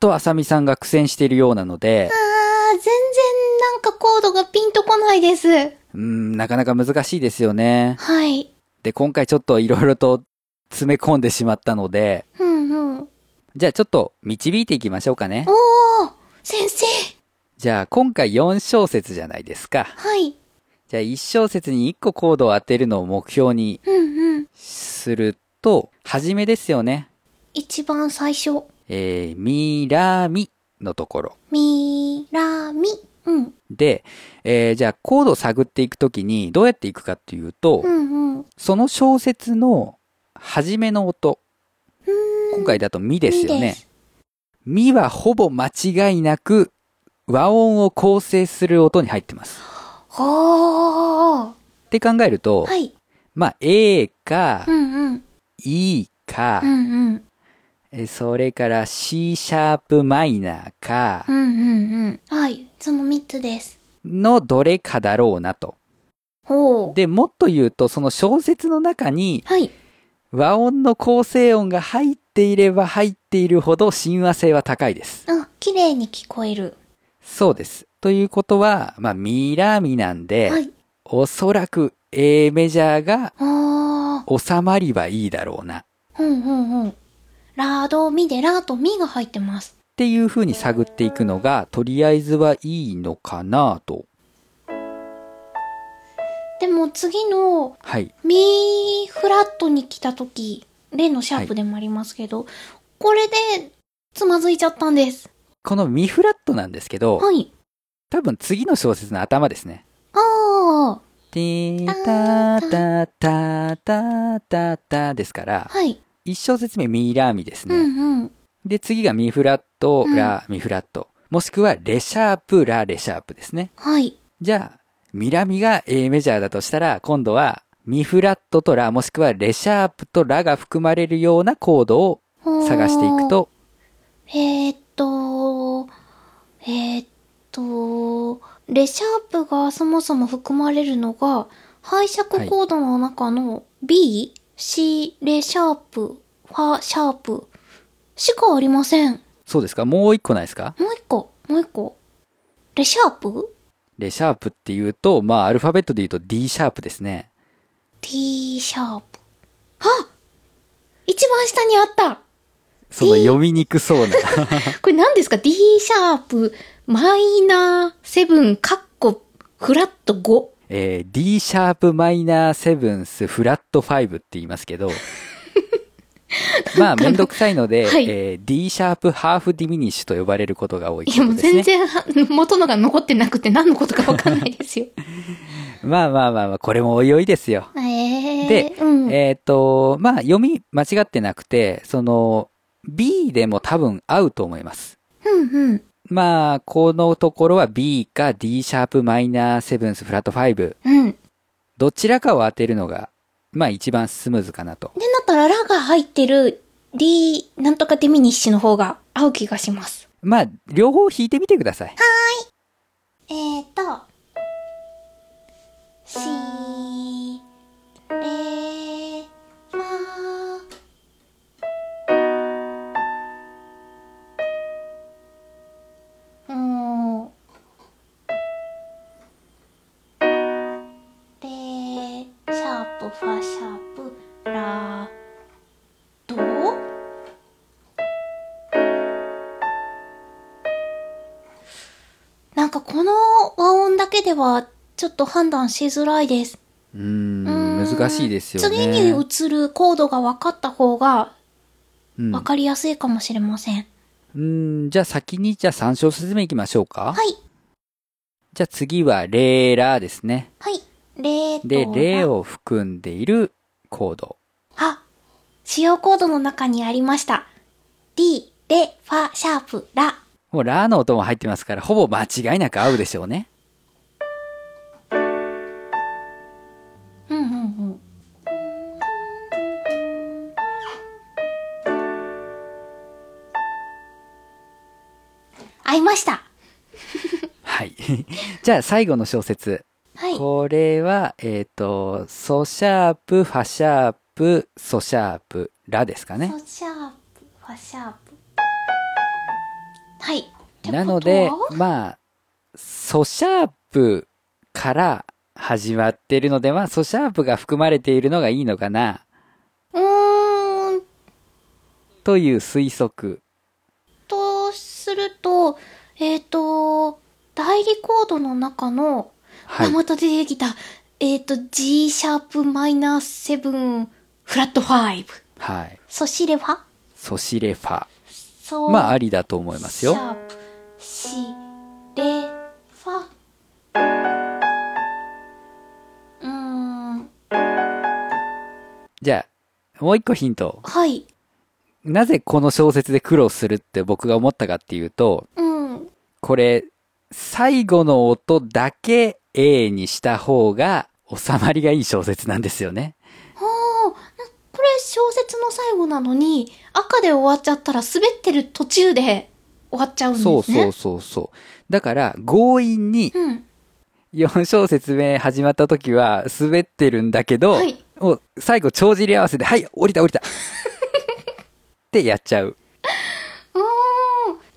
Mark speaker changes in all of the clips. Speaker 1: とあさみさんが苦戦しているようなので、
Speaker 2: あー、全然なんかコードがピンとこないです。
Speaker 1: うん、なかなか難しいですよね。
Speaker 2: はい。
Speaker 1: で、今回ちょっといろいろと詰め込んでしまったので、
Speaker 2: うんうん。おー、
Speaker 1: じゃあちょっと導いていきましょうかね。
Speaker 2: 先生。
Speaker 1: じゃあ今回4小節じゃないですか。
Speaker 2: はい。
Speaker 1: じゃあ1小節に1個コードを当てるのを目標に
Speaker 2: うんうん。
Speaker 1: すると、はじめですよね。
Speaker 2: 一番最初。
Speaker 1: えー、みらみのところ。
Speaker 2: みらみ。うん。
Speaker 1: で、えーじゃあコードを探っていくときにどうやっていくかっていうと、
Speaker 2: うんうん。
Speaker 1: その小説の初めの音。今回だとみですよ
Speaker 2: み
Speaker 1: ね
Speaker 2: です。
Speaker 1: みはほぼ間違いなく和音を構成する音に入ってます。
Speaker 2: おー。
Speaker 1: って考えると、
Speaker 2: はい。
Speaker 1: まあ A か
Speaker 2: う、んうん。
Speaker 1: E か
Speaker 2: う、んうん。
Speaker 1: えそれから C シャープマイナーか
Speaker 2: うんうんうん。はい。その三つです。
Speaker 1: のどれかだろうなと。
Speaker 2: ほう。
Speaker 1: で、もっと言うと、その小説の中に
Speaker 2: はい。
Speaker 1: 和音の構成音が入っていれば入っているほど親和性は高いです。
Speaker 2: あ、綺麗に聞こえる。
Speaker 1: そうです。ということは、まあ、ミラミなんで、
Speaker 2: はい。
Speaker 1: おそらく A メジャーが
Speaker 2: あ
Speaker 1: 収まりはいいだろうな。っ
Speaker 2: ー。うんうんうん。ラードミでラーとミが入ってます。
Speaker 1: ていう風に探っていくのが、とりあえずはいいのかなと。
Speaker 2: でも次の
Speaker 1: はい。
Speaker 2: ミフラットに来た時、レのシャープでもありますけど、これでつまずいちゃったんです。
Speaker 1: このミフラットなんですけど、
Speaker 2: はい。
Speaker 1: 多分次の小説の頭ですね。
Speaker 2: あー。
Speaker 1: てーたーたーたーたーたーたーですから、
Speaker 2: はい。
Speaker 1: 一小節目ミラーミです
Speaker 2: う
Speaker 1: ね。
Speaker 2: んうん。
Speaker 1: で、次がミフラット、
Speaker 2: うん
Speaker 1: ラ、ミフラット。もしくはレシャープ、ラ、レシャープですね。
Speaker 2: はい。
Speaker 1: じゃあ、ミラミが A メジャーだとしたら、今度はミフラットとラ、もしくはレシャープとラが含まれるようなコードを
Speaker 2: ほー
Speaker 1: 探していく。と、
Speaker 2: えー、っと、えー、っと、レシャープがそもそも含まれるのが、拝借コードの中の B、C、レシャープ、ファ、シャープしかありません。
Speaker 1: そうですかもう一個ないですか
Speaker 2: もう一個、もう一個。レシャープ
Speaker 1: レシャープっていうと、まあ、アルファベットで言うと D シャープですね。
Speaker 2: ?D シャープ。あ一番下にあった
Speaker 1: その読みにくそうな。
Speaker 2: これ何ですか ?D シャープ、マイナー、7、カッコ、フラット5。
Speaker 1: えー D シャープマイナーセブンスフラット5って言いますけ ど、まあめんどくさいので、
Speaker 2: はい
Speaker 1: えー D シャープハーフディミニッシュと呼ばれることが多いこ
Speaker 2: いや、も
Speaker 1: とで
Speaker 2: う
Speaker 1: す
Speaker 2: 全
Speaker 1: ね。
Speaker 2: 然は元のが残ってなくて何のことかわかんないですよ。
Speaker 1: まあまあまあまあ、これもおいおいですよ。
Speaker 2: えー、
Speaker 1: で
Speaker 2: うん。
Speaker 1: えっ、と、まあ読み間違ってなくて、その B でも多分合うと思います。
Speaker 2: うんうん。
Speaker 1: まあ、このところは B か D シャープマイナーセブンスフラット5、
Speaker 2: うん。で、
Speaker 1: どちらかを当てるのが、まあ一番スムーズかなと。
Speaker 2: なったら、ラが入ってる D、なんとかデミニッシュの方が合う気がします。
Speaker 1: まあ、両方弾いてみてください。
Speaker 2: えーと、シレファうんレシャープファシャープラドなんかこの和音だけではちょっと判断しづらいです。
Speaker 1: うーん、難しいですよね。
Speaker 2: 次に移るコードが分かった方が
Speaker 1: うん
Speaker 2: 分かりやすいかもしれません。
Speaker 1: うーん、じゃあ先に、じゃあ3小節目いきましょうか。
Speaker 2: はい。
Speaker 1: じゃあ次は、レーラーですね。
Speaker 2: はい。レー
Speaker 1: で、
Speaker 2: と
Speaker 1: レー
Speaker 2: を。
Speaker 1: を含んでいるコード。
Speaker 2: あ、使用コードの中にありました。D、レ、ファ、シャープ、ラ。
Speaker 1: もう、ラーの音も入ってますから、ほぼ間違いなく合うでしょうね。
Speaker 2: うんうんうん。合いました。
Speaker 1: はい。 じゃあ最後の小説。
Speaker 2: はい。
Speaker 1: これは、えっ、と、ソシャープ、ファシャープ、ソシャープ、ラですかね。
Speaker 2: ソシャープ、ファシャープ。はい。ってことは
Speaker 1: なので、まあ、ソシャープから始まっているので、まあ、ソシャープが含まれているのがいいのかな、
Speaker 2: うーん
Speaker 1: という推測。
Speaker 2: とすると、えっ、と、代理コードの中の、
Speaker 1: はい
Speaker 2: あ、また出てきた、えっ、と、G シャープマイナーセブンフラット5。
Speaker 1: はい。
Speaker 2: そしれは
Speaker 1: ソシレファ。
Speaker 2: そう。
Speaker 1: まあ、ありだと思いますよ
Speaker 2: シ。ャープ、し、れ、ファ。うーん、
Speaker 1: じゃあ、もう一個ヒント。
Speaker 2: はい。
Speaker 1: なぜこの小説で苦労するって僕が思ったかっていうと、
Speaker 2: うん。
Speaker 1: これ、最後の音だけ A にした方が収まりがいい小説なんですよね。
Speaker 2: ほう、なこれ小説の最後なのに、赤で終わっちゃったら滑ってる途中で終わっちゃうんですね。
Speaker 1: そうそうそうそう。だから、強引に
Speaker 2: うん。
Speaker 1: 4小節目始まった時は滑ってるんだけど、
Speaker 2: はい
Speaker 1: もう最後帳尻合わせで、はい、降りた降りたってやっちゃ う。
Speaker 2: うーん。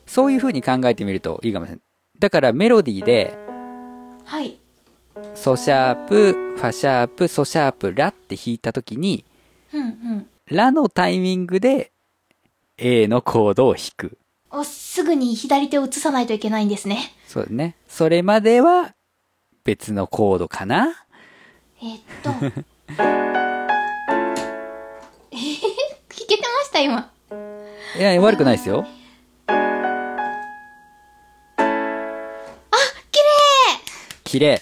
Speaker 1: そういう風に考えてみるといいかもしれない。だからメロディーで、
Speaker 2: はい。
Speaker 1: ソシャープ、ファシャープ、ソシャープ、ラって弾いた時に、
Speaker 2: うんうん。
Speaker 1: ラのタイミングで A のコードを弾く。
Speaker 2: お、すぐに左手を移さないといけないんですね。
Speaker 1: そうだね。それまでは別のコードかな
Speaker 2: えっ と。えへへ弾けてました、今。
Speaker 1: いや、悪くないですよ。
Speaker 2: 綺麗
Speaker 1: 綺麗。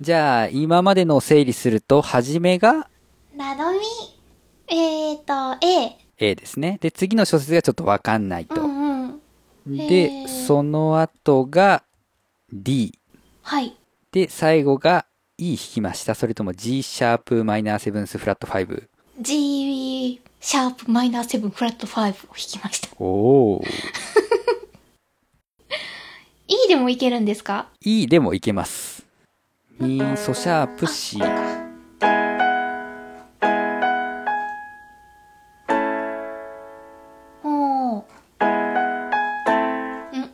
Speaker 1: じゃあ、今までのを整理すると、初めが
Speaker 2: などみ。えっ、と、A。
Speaker 1: A ですね。で、次の小説がちょっとわかんないと。
Speaker 2: うんうん。へ
Speaker 1: で、
Speaker 2: ー
Speaker 1: その後が D。
Speaker 2: はい。
Speaker 1: で、最後が E 弾きました。それとも G シャープマイナーセブンスフラット5。
Speaker 2: G シャープマイナーセブンフラット5を弾きました。
Speaker 1: おー。
Speaker 2: E でもいけるんですか
Speaker 1: E でもいけます。ミソシャープ C。
Speaker 2: おー。ん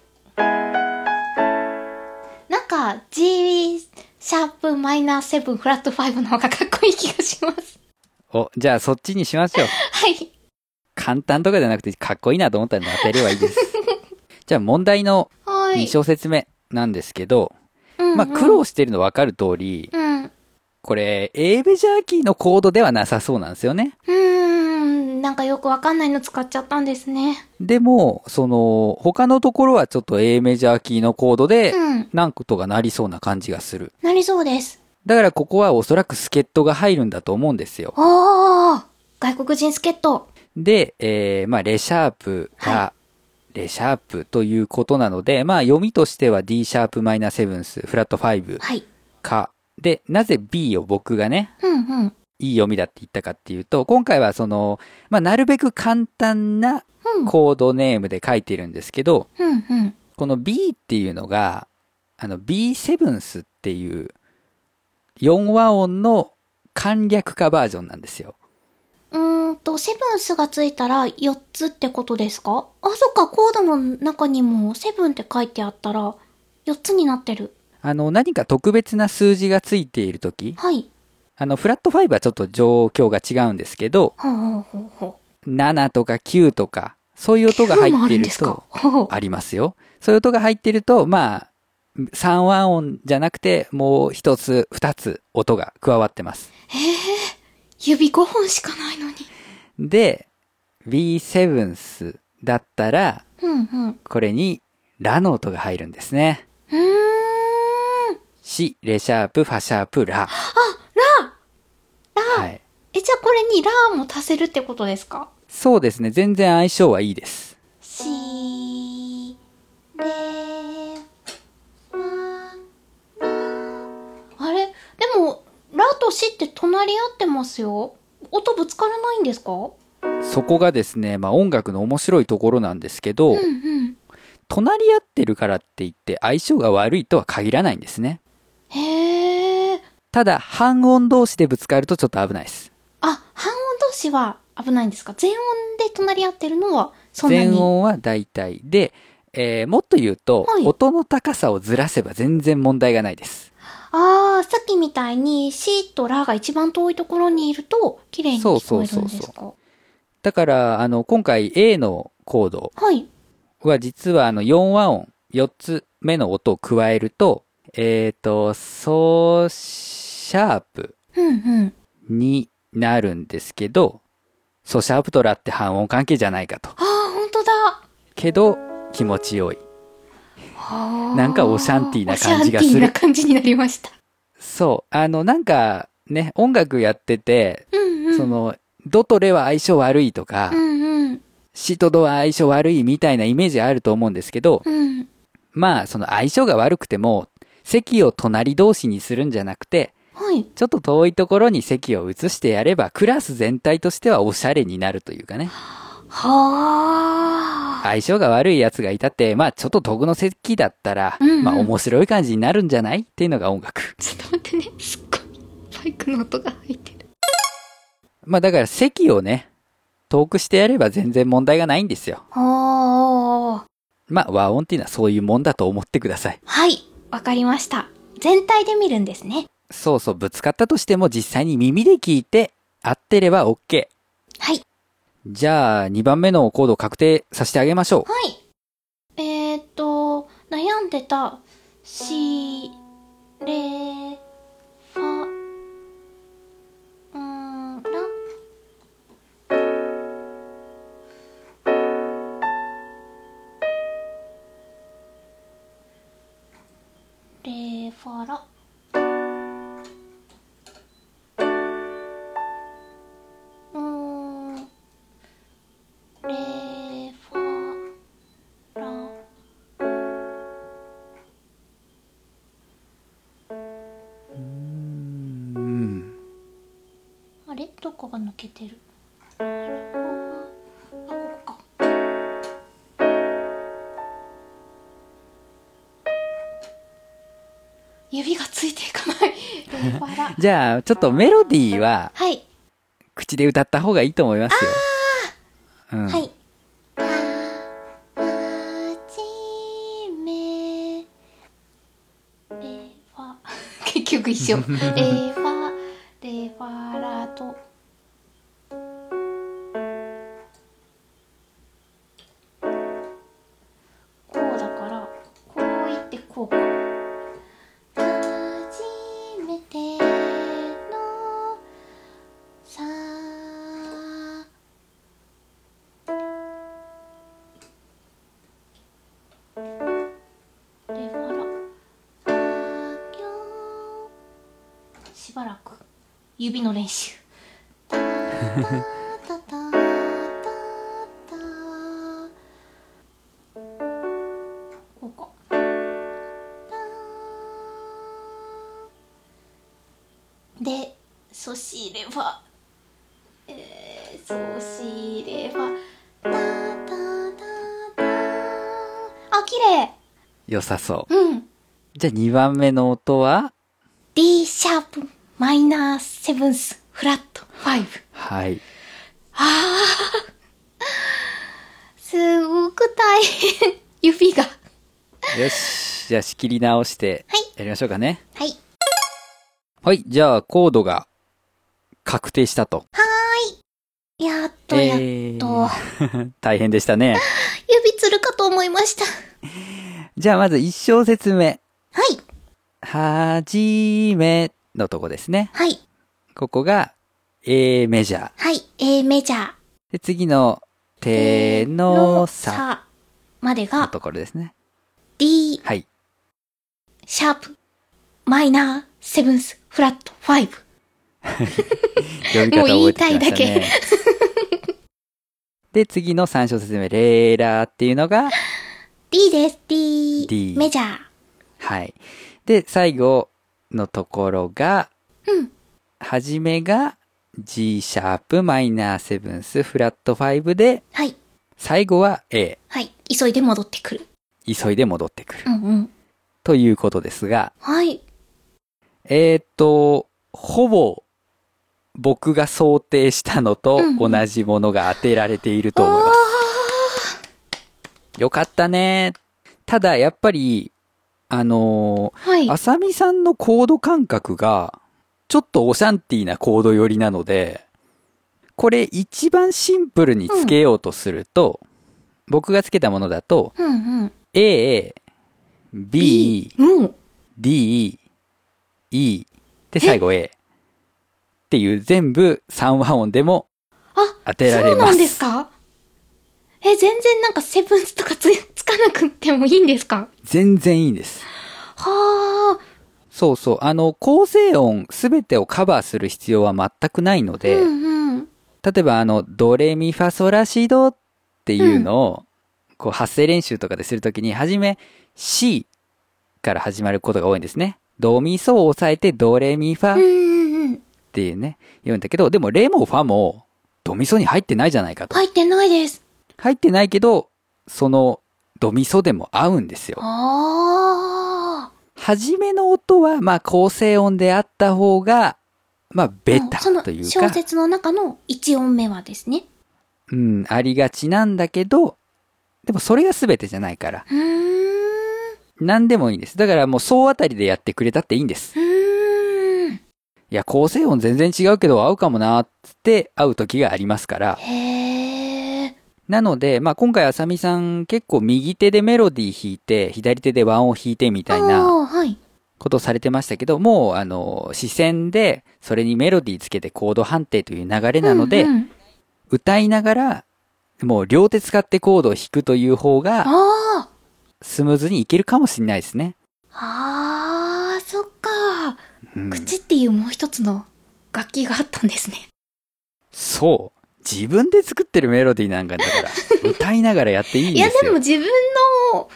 Speaker 2: なんか G シャープマイナーセブンフラット5の方がかっこいい気がします。
Speaker 1: お、じゃあそっちにしましょう。
Speaker 2: はい。
Speaker 1: 簡単とかじゃなくてかっこいいなと思ったら当てればいい です。じゃあ問題の
Speaker 2: は
Speaker 1: 2
Speaker 2: い。
Speaker 1: 小節目なんですけど、
Speaker 2: うんうん
Speaker 1: まあ苦労してるの分かる通り、
Speaker 2: うん。う
Speaker 1: これ A メジャーキーのコードではなさそうなんですよね。
Speaker 2: ーん。なんかよくわかんないの使っちゃったんですね。
Speaker 1: でも、その、他のところはちょっと A メジャーキーのコードで
Speaker 2: うん、
Speaker 1: なんとかなりそうな感じがする。
Speaker 2: なりそうです。
Speaker 1: だからここはおそらく助っ人が入るんだと思うんですよ。
Speaker 2: おー外国人助っ人。
Speaker 1: で、えーまあ、レシャープが、レシャープということなので、まあ、読みとしては D シャープマイナーセブンス、フラット5
Speaker 2: はい。
Speaker 1: か。で、なぜ B を僕がね、
Speaker 2: うんうん。
Speaker 1: いい読みだって言ったかっていうと、今回はその、まあ、なるべく簡単な
Speaker 2: うん。
Speaker 1: コードネームで書いてるんですけど、
Speaker 2: うんうん。
Speaker 1: この B っていうのが、あの B セブンスっていう4和音の簡略化バージョンなんですよ。
Speaker 2: うーんと、セブンスがついたら4つってことですかあ、そっか、コードの中にもセブンって書いてあったら4つになってる。
Speaker 1: あの、何か特別な数字がついているとき、
Speaker 2: はい。
Speaker 1: あの、フラット5はちょっと状況が違うんですけど、
Speaker 2: ほうほうほうほ
Speaker 1: 7とか9とか、そういう音
Speaker 2: う。
Speaker 1: が入
Speaker 2: 9も
Speaker 1: っ
Speaker 2: あ
Speaker 1: て
Speaker 2: るん
Speaker 1: る
Speaker 2: ですか
Speaker 1: と、
Speaker 2: ほう。
Speaker 1: ありますよ。そういう音が入ってると、まあ、3和音じゃなくて、もう一つ、二つ音が加わってます。
Speaker 2: 指5本しかないのに。
Speaker 1: で、B7th だったら、
Speaker 2: うんうん。
Speaker 1: これに、ラの音が入るんですね。
Speaker 2: うーん。
Speaker 1: シ、レシャープ、ファシャープ、ラ。
Speaker 2: ラー、
Speaker 1: はい。
Speaker 2: え、じゃあこれにラーも足せるってことですか
Speaker 1: そうですね。全然相性はいいです。
Speaker 2: しれわあれでも「ら」と「し」って隣り合ってますよ音ぶつからないんですかう
Speaker 1: そこがですね、まあ、音楽の面白いところなんですけど、
Speaker 2: んうん
Speaker 1: 隣り合ってるからって言って相性が悪いとは限らないんですね。
Speaker 2: へえ
Speaker 1: ただ、半音同士でぶつかるとちょっと危ないです。
Speaker 2: あ半音同士は危ないんですか全音で隣り合ってるのはそんなに
Speaker 1: 全音は大体。で、えーもっと言うと、
Speaker 2: はい
Speaker 1: 音の高さをずらせば全然問題がないです。
Speaker 2: ああ、さっきみたいに、シとラが一番遠いところにいると、綺麗に聞こえるんですか
Speaker 1: そうそうそうだから、あの、今回 A のコード
Speaker 2: はい。
Speaker 1: は実はあの4和音、4つ目の音を加えると、えっ、と、ソーシャープ
Speaker 2: うんうん。
Speaker 1: になるんですけど、ソシャープとラって半音関係じゃないかと。
Speaker 2: ああ、ほんとだ。
Speaker 1: けど、気持ちよい。
Speaker 2: はー
Speaker 1: なんかオシャンティーな感じがする
Speaker 2: オシャンティーな感じになりました。
Speaker 1: そう。あの、なんか、ね、音楽やってて、
Speaker 2: うんうん。
Speaker 1: その、ドとレは相性悪いとか
Speaker 2: う、んうん。
Speaker 1: シとドは相性悪いみたいなイメージあると思うんですけど、
Speaker 2: うん。
Speaker 1: まあ、その相性が悪くても、席を隣同士にするんじゃなくて、
Speaker 2: はい。
Speaker 1: ちょっと遠いところに席を移してやれば、クラス全体としてはおしゃれになるというかね。
Speaker 2: はあ。
Speaker 1: 相性が悪い奴がいたって、まあちょっと遠の席だったら、
Speaker 2: うんうん
Speaker 1: まあ面白い感じになるんじゃないっていうのが音楽。
Speaker 2: ちょっと待ってね。すっごい。バイクの音が入ってる。
Speaker 1: まあだから席をね、遠くしてやれば全然問題がないんですよ。
Speaker 2: はあ。
Speaker 1: まあ和音っていうのはそういうもんだと思ってください。
Speaker 2: はい。わかりました。全体で見るんですね。
Speaker 1: そうそう、ぶつかったとしても実際に耳で聞いて、合ってれば OK。
Speaker 2: はい。
Speaker 1: じゃあ2番目のコードを確定させてあげましょう。
Speaker 2: はい。えー、っと、悩んでた、し、れ、ファ、うーん、ら。レファラ。うーん、レファラ
Speaker 1: うん。
Speaker 2: あれどこが抜けてるあここか指がついていかない レフ ァラ
Speaker 1: じゃあちょっとメロディーは
Speaker 2: はい
Speaker 1: 口で歌った方がいいと思いますよ。うん、
Speaker 2: はい。はじめ、レファ、 結局 一緒。レファ、レファラと。こうだから、こう言ってこうか。初めてのさレファラあきょしばらく指の練習タタタタタタこうかタでそしればえー、そしればタタタタあ綺麗
Speaker 1: 良さそう。
Speaker 2: うん。
Speaker 1: じゃあ2番目の音は
Speaker 2: D シャープマイナーセブンスフラット5。
Speaker 1: はい。
Speaker 2: すごく大変。 指が。は
Speaker 1: よし。じゃあ仕切り直して
Speaker 2: はい、
Speaker 1: やりましょうかね。
Speaker 2: い。
Speaker 1: はい。じゃあコードが確定したと。
Speaker 2: やっとやっ
Speaker 1: え
Speaker 2: と。
Speaker 1: ー 大変でしたね。
Speaker 2: 指つるかと思いました。
Speaker 1: じゃあまず1小節目。
Speaker 2: はい。
Speaker 1: はじめのとこですね。
Speaker 2: はい。
Speaker 1: ここが A メジャー。
Speaker 2: はい。A メジャー。
Speaker 1: で、次の手のさ
Speaker 2: まで
Speaker 1: の
Speaker 2: が
Speaker 1: ところですね。
Speaker 2: D
Speaker 1: はい。
Speaker 2: シャープマイナーセブンスフラット5。
Speaker 1: 呼び方覚えてきました
Speaker 2: もう言い
Speaker 1: ね。で、次の3小節目、レーラーっていうのが、
Speaker 2: D です。D。
Speaker 1: D
Speaker 2: メジャー。
Speaker 1: はい。で、最後のところが、
Speaker 2: うん。
Speaker 1: はじめが G シャープマイナーセブンスフラット5で、
Speaker 2: はい。
Speaker 1: 最後は A。
Speaker 2: はい。急いで戻ってくる。
Speaker 1: 急いで戻ってくる
Speaker 2: う。んうん。
Speaker 1: ということですが、
Speaker 2: はい。
Speaker 1: えーっと、ほぼ僕が想定したのと
Speaker 2: うん
Speaker 1: 同じものが当てられていると思います。
Speaker 2: あ
Speaker 1: よかったね。ただ、やっぱり、あの
Speaker 2: はい
Speaker 1: ー、。あさみさんのコード感覚が、ちょっとオシャンティーなコード寄りなので、これ一番シンプルにつけようとすると、僕がつけたものだと、
Speaker 2: うんうん。
Speaker 1: A、B、
Speaker 2: うん。
Speaker 1: D、E で最後 A っていう全部3和音でも
Speaker 2: あ、
Speaker 1: 当てられます。
Speaker 2: そうなんですかえ、全然なんかセブンスとかつ、つかなくてもいいんですか
Speaker 1: 全然いいんです。
Speaker 2: はあ。
Speaker 1: そうそう。あの、構成音すべてをカバーする必要は全くないので、
Speaker 2: うんうん。
Speaker 1: 例えばあの、ドレミファソラシドっていうのを、こう発声練習とかでするときに、はじめ C から始まることが多いんですね。ドミソを押さえてドレミファ
Speaker 2: うんうんうん。
Speaker 1: っていうね、言うんだけど、でも、レもファも、ドミソに入ってないじゃないかと。
Speaker 2: 入ってないです。
Speaker 1: 入ってないけど、その、ドミソでも合うんですよ。
Speaker 2: ああ。
Speaker 1: 初めの音は、まあ、構成音であった方が、まあ、ベタ
Speaker 2: その
Speaker 1: という
Speaker 2: 小
Speaker 1: か、
Speaker 2: 説の中の一音目はですね。
Speaker 1: うん、ありがちなんだけど、でもそれが全てじゃないから、
Speaker 2: うーん。
Speaker 1: 何でもいいんです。だからもう、総あたりでやってくれたっていいんです。
Speaker 2: うーん。
Speaker 1: いや、構成音全然違うけど合うかもな、つって合う時がありますから。
Speaker 2: へえ。
Speaker 1: なので、まあ、今回、あさみさん結構右手でメロディー弾いて、左手で和音を弾いてみたいな
Speaker 2: ああ、はい。
Speaker 1: ことをされてましたけど、もう、あの、視線で、それにメロディーつけてコード判定という流れなので、
Speaker 2: うんうん
Speaker 1: 歌いながら、もう両手使ってコードを弾くという方が、
Speaker 2: あ
Speaker 1: スムーズにいけるかもしれないですね。
Speaker 2: あ。ああ、そっか。
Speaker 1: うん、
Speaker 2: 口っていうもう一つの楽器があったんですね。
Speaker 1: そう。自分で作ってるメロディーなんかだ から、歌いながらやっていいん
Speaker 2: い
Speaker 1: ですよ
Speaker 2: や、。でも自分の、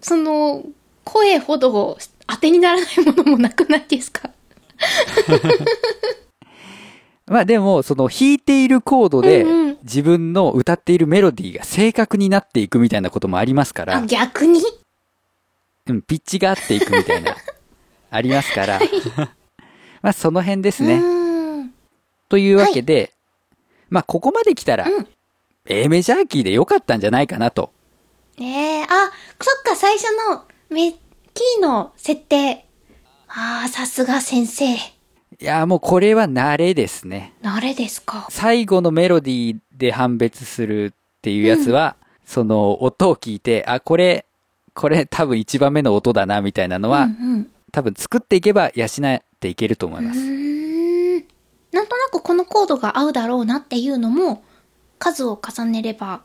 Speaker 2: その、声ほど当てにならないものもなくないですか
Speaker 1: まあでも、その弾いているコードで
Speaker 2: うんうん、
Speaker 1: 自分の歌っているメロディーが正確になっていくみたいなこともありますから、
Speaker 2: あ、逆に
Speaker 1: うん、ピッチが合っていくみたい な、ありますから、まあその辺です
Speaker 2: う
Speaker 1: ね。
Speaker 2: ーん。
Speaker 1: というわけで、まあここまで来たら
Speaker 2: うん、
Speaker 1: A メジャーキーで良かったんじゃないかなと。
Speaker 2: ええあ、そっか、最初の、め、キーの設定。ああ、さすが先生。
Speaker 1: いや、もうこれは慣れですね。
Speaker 2: 慣れですか。
Speaker 1: 最後のメロディーで判別するっていうやつは、その音を聞いて、あ、これ、これ多分1番目の音だなみたいなのは、
Speaker 2: うん
Speaker 1: 多分作っていけば養っていけると思い
Speaker 2: うん。う
Speaker 1: ます。
Speaker 2: ーん。なんとなくこのコードが合うだろうなっていうのも、数を重ねれば、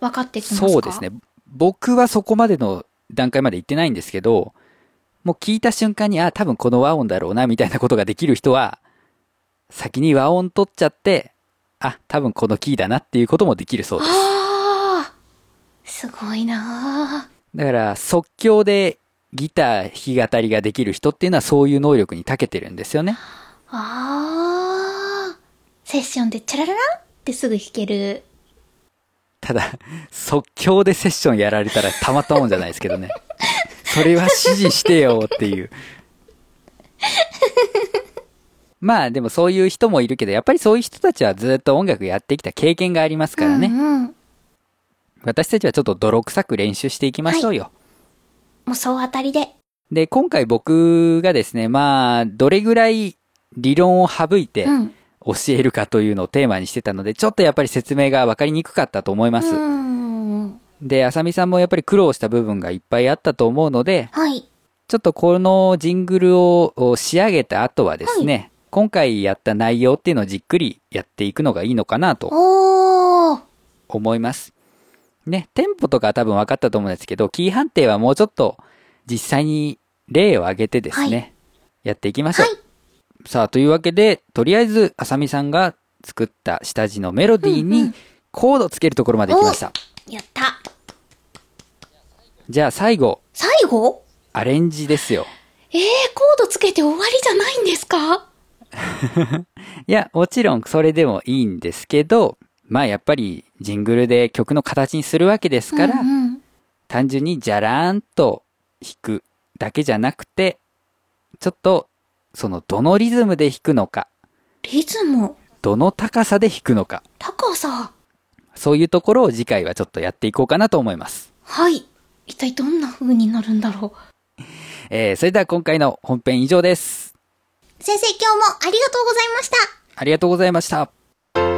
Speaker 2: 分かってきますか
Speaker 1: そうですね。。僕はそこまでの段階まで行ってないんですけど、もう聞いた瞬間に、あ、多分この和音だろうな、みたいなことができる人は、先に和音取っちゃって、あ、多分このキーだなっていうこともできるそうです。
Speaker 2: ああ、すごいな
Speaker 1: だから、即興でギター弾き語りができる人っていうのはそういう能力に長けてるんですよね。
Speaker 2: あ。ああ、セッションでチャララランってすぐ弾ける。
Speaker 1: ただ、即興でセッションやられたらたまったもんじゃないですけどね。それは指示してよっていう。まあでもそういう人もいるけど、やっぱりそういう人たちはずっと音楽やってきた経験がありますからね。
Speaker 2: うんうん。
Speaker 1: 私たちはちょっと泥臭く練習していきましょうよ。
Speaker 2: もうそう当たりで。
Speaker 1: で、今回僕がですね、まあ、どれぐらい理論を省いて
Speaker 2: うん。
Speaker 1: 教えるかというのをテーマにしてたので、ちょっとやっぱり説明がわかりにくかったと思います。
Speaker 2: うん。
Speaker 1: で、あさみさんもやっぱり苦労した部分がいっぱいあったと思うので、
Speaker 2: はい。
Speaker 1: ちょっとこのジングルをお仕上げた後はですね、今回やった内容っていうのをじっくりやっていくのがいいのかなと
Speaker 2: おー。
Speaker 1: 思います。ね、テンポとかは多分分かったと思うんですけど、キー判定はもうちょっと実際に例を挙げてですね、
Speaker 2: は
Speaker 1: やっていきましょ
Speaker 2: は
Speaker 1: う。
Speaker 2: い。
Speaker 1: さあ、というわけで、とりあえず、あさみさんが作った下地のメロディー
Speaker 2: うんう
Speaker 1: に
Speaker 2: ん
Speaker 1: コードつけるところまで来ました。
Speaker 2: やった。
Speaker 1: じゃあ最後、
Speaker 2: 最後
Speaker 1: アレンジですよ。
Speaker 2: えー、コードつけて終わりじゃないんですか
Speaker 1: いや、もちろんそれでもいいんですけど、まあやっぱりジングルで曲の形にするわけですから、
Speaker 2: うんうん
Speaker 1: 単純にじゃらーんと弾くだけじゃなくて、ちょっと、そのどのリズムで弾くのか、
Speaker 2: リズム、
Speaker 1: どの高さで弾くのか、
Speaker 2: 高さ。
Speaker 1: そういうところを次回はちょっとやっていこうかなと思います。
Speaker 2: はい。一体どんな風になるんだろ
Speaker 1: えー、それでは今回の本編以上です。
Speaker 2: う。先生、今日もありがとうございました。
Speaker 1: ありがとうございました。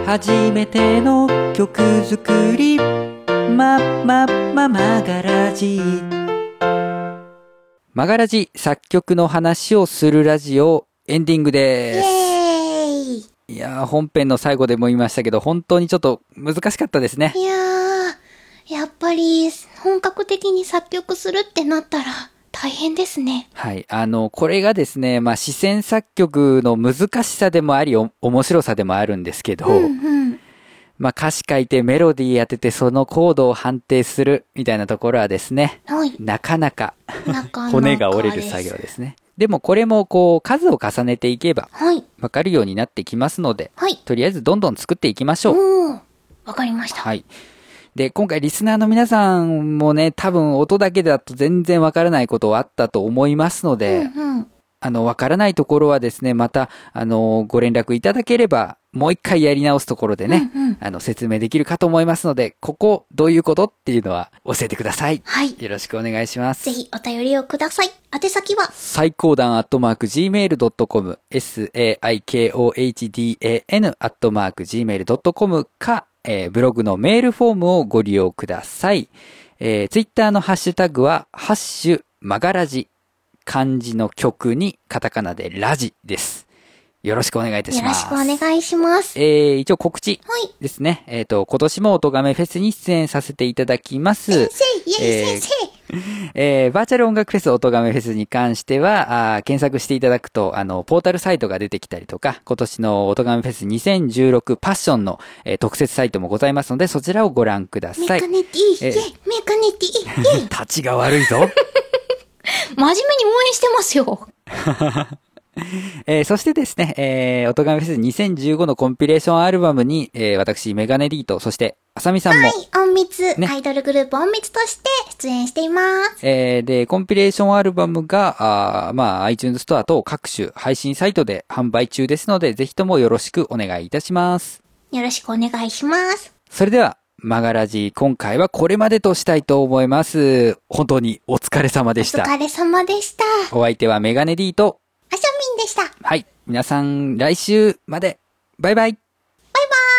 Speaker 1: 初めての曲作り。ま、ま、ま、まがらじ。まがらじ作曲の話をするラジオエンディング
Speaker 2: イ
Speaker 1: です。
Speaker 2: ェーイ。
Speaker 1: いやー、本編の最後でも言いましたけど、本当にちょっと難しかったですね。
Speaker 2: いやー、やっぱり、本格的に作曲するってなったら、大変ですね。
Speaker 1: はい。あの、これがですね、まあ、視線作曲の難しさでもあり、お面白さでもあるんですけど、
Speaker 2: うんうん。
Speaker 1: まあ、歌詞書いてメロディー当てて、そのコードを判定するみたいなところはですね、
Speaker 2: はい。
Speaker 1: なかなか
Speaker 2: なかなか。
Speaker 1: 骨が折れる作業。ですね。でもこれもこう、数を重ねていけば、
Speaker 2: はい。
Speaker 1: わかるようになってきますので、
Speaker 2: はい。
Speaker 1: とりあえずどんどん作っていきましょう。
Speaker 2: おー。わかりました。
Speaker 1: はい。で、今回リスナーの皆さんもね、多分音だけだと全然わからないことはあったと思いますので、
Speaker 2: うんうん。
Speaker 1: あの、わからないところはですね、また、あの、ご連絡いただければ、もう一回やり直すところでね、
Speaker 2: うんうん
Speaker 1: あの、説明できるかと思いますので、ここ、どういうことっていうのは教えてください。
Speaker 2: はい。
Speaker 1: よろしくお願いします。
Speaker 2: ぜひお便りをください。宛先は、
Speaker 1: 最高段アットマーク gmail.com saikohdan アットマーク gmail.com か、えーブログのメールフォームをご利用ください。えー、ツイッターのハッシュタグは、ハッシュ、マガラジ、漢字の曲にカタカナでラジです。よろしくお願いいたし
Speaker 2: よろ
Speaker 1: ま
Speaker 2: し
Speaker 1: す。
Speaker 2: くお願いします。
Speaker 1: えー、一応告知
Speaker 2: はい。
Speaker 1: ですね。えっ、と、今年もおとがめフェスに出演させていただきます。
Speaker 2: 先生、イェイ
Speaker 1: えー
Speaker 2: 先生。
Speaker 1: えーバーチャル音楽フェス、音亀フェスに関しては、あー検索していただくと、あの、ポータルサイトが出てきたりとか、今年の音亀フェス2016パッションの、えー特設サイトもございますので、そちらをご覧くだ
Speaker 2: メ
Speaker 1: さい
Speaker 2: カ。ネティ、イ
Speaker 1: え
Speaker 2: ェイ、
Speaker 1: ー
Speaker 2: メカネテ ィ、イェイ。
Speaker 1: 立ちが悪いぞ。
Speaker 2: 真面目に応援してますよ。
Speaker 1: えーそしてですね、えー、音亀フェス2015のコンピレーションアルバムに、えー私、メガネリーと、そして、あさみさんも、
Speaker 2: はい、音密、
Speaker 1: ね
Speaker 2: アイドルグループ音密として出演しています。
Speaker 1: えーで、コンピレーションアルバムが、あーまあ、iTunes ストア等各種配信サイトで販売中ですので、ぜひともよろしくお願いいたします。
Speaker 2: よろしくお願いします。
Speaker 1: それでは、マガラジ、今回はこれまでとしたいと思います。本当にお疲れ様で
Speaker 2: お
Speaker 1: した。
Speaker 2: 疲れ様でした。あ
Speaker 1: お相手はメガネ D と、
Speaker 2: しゃみんでした。バイ
Speaker 1: はい、皆さん来週まで、バイバイ。
Speaker 2: バーイ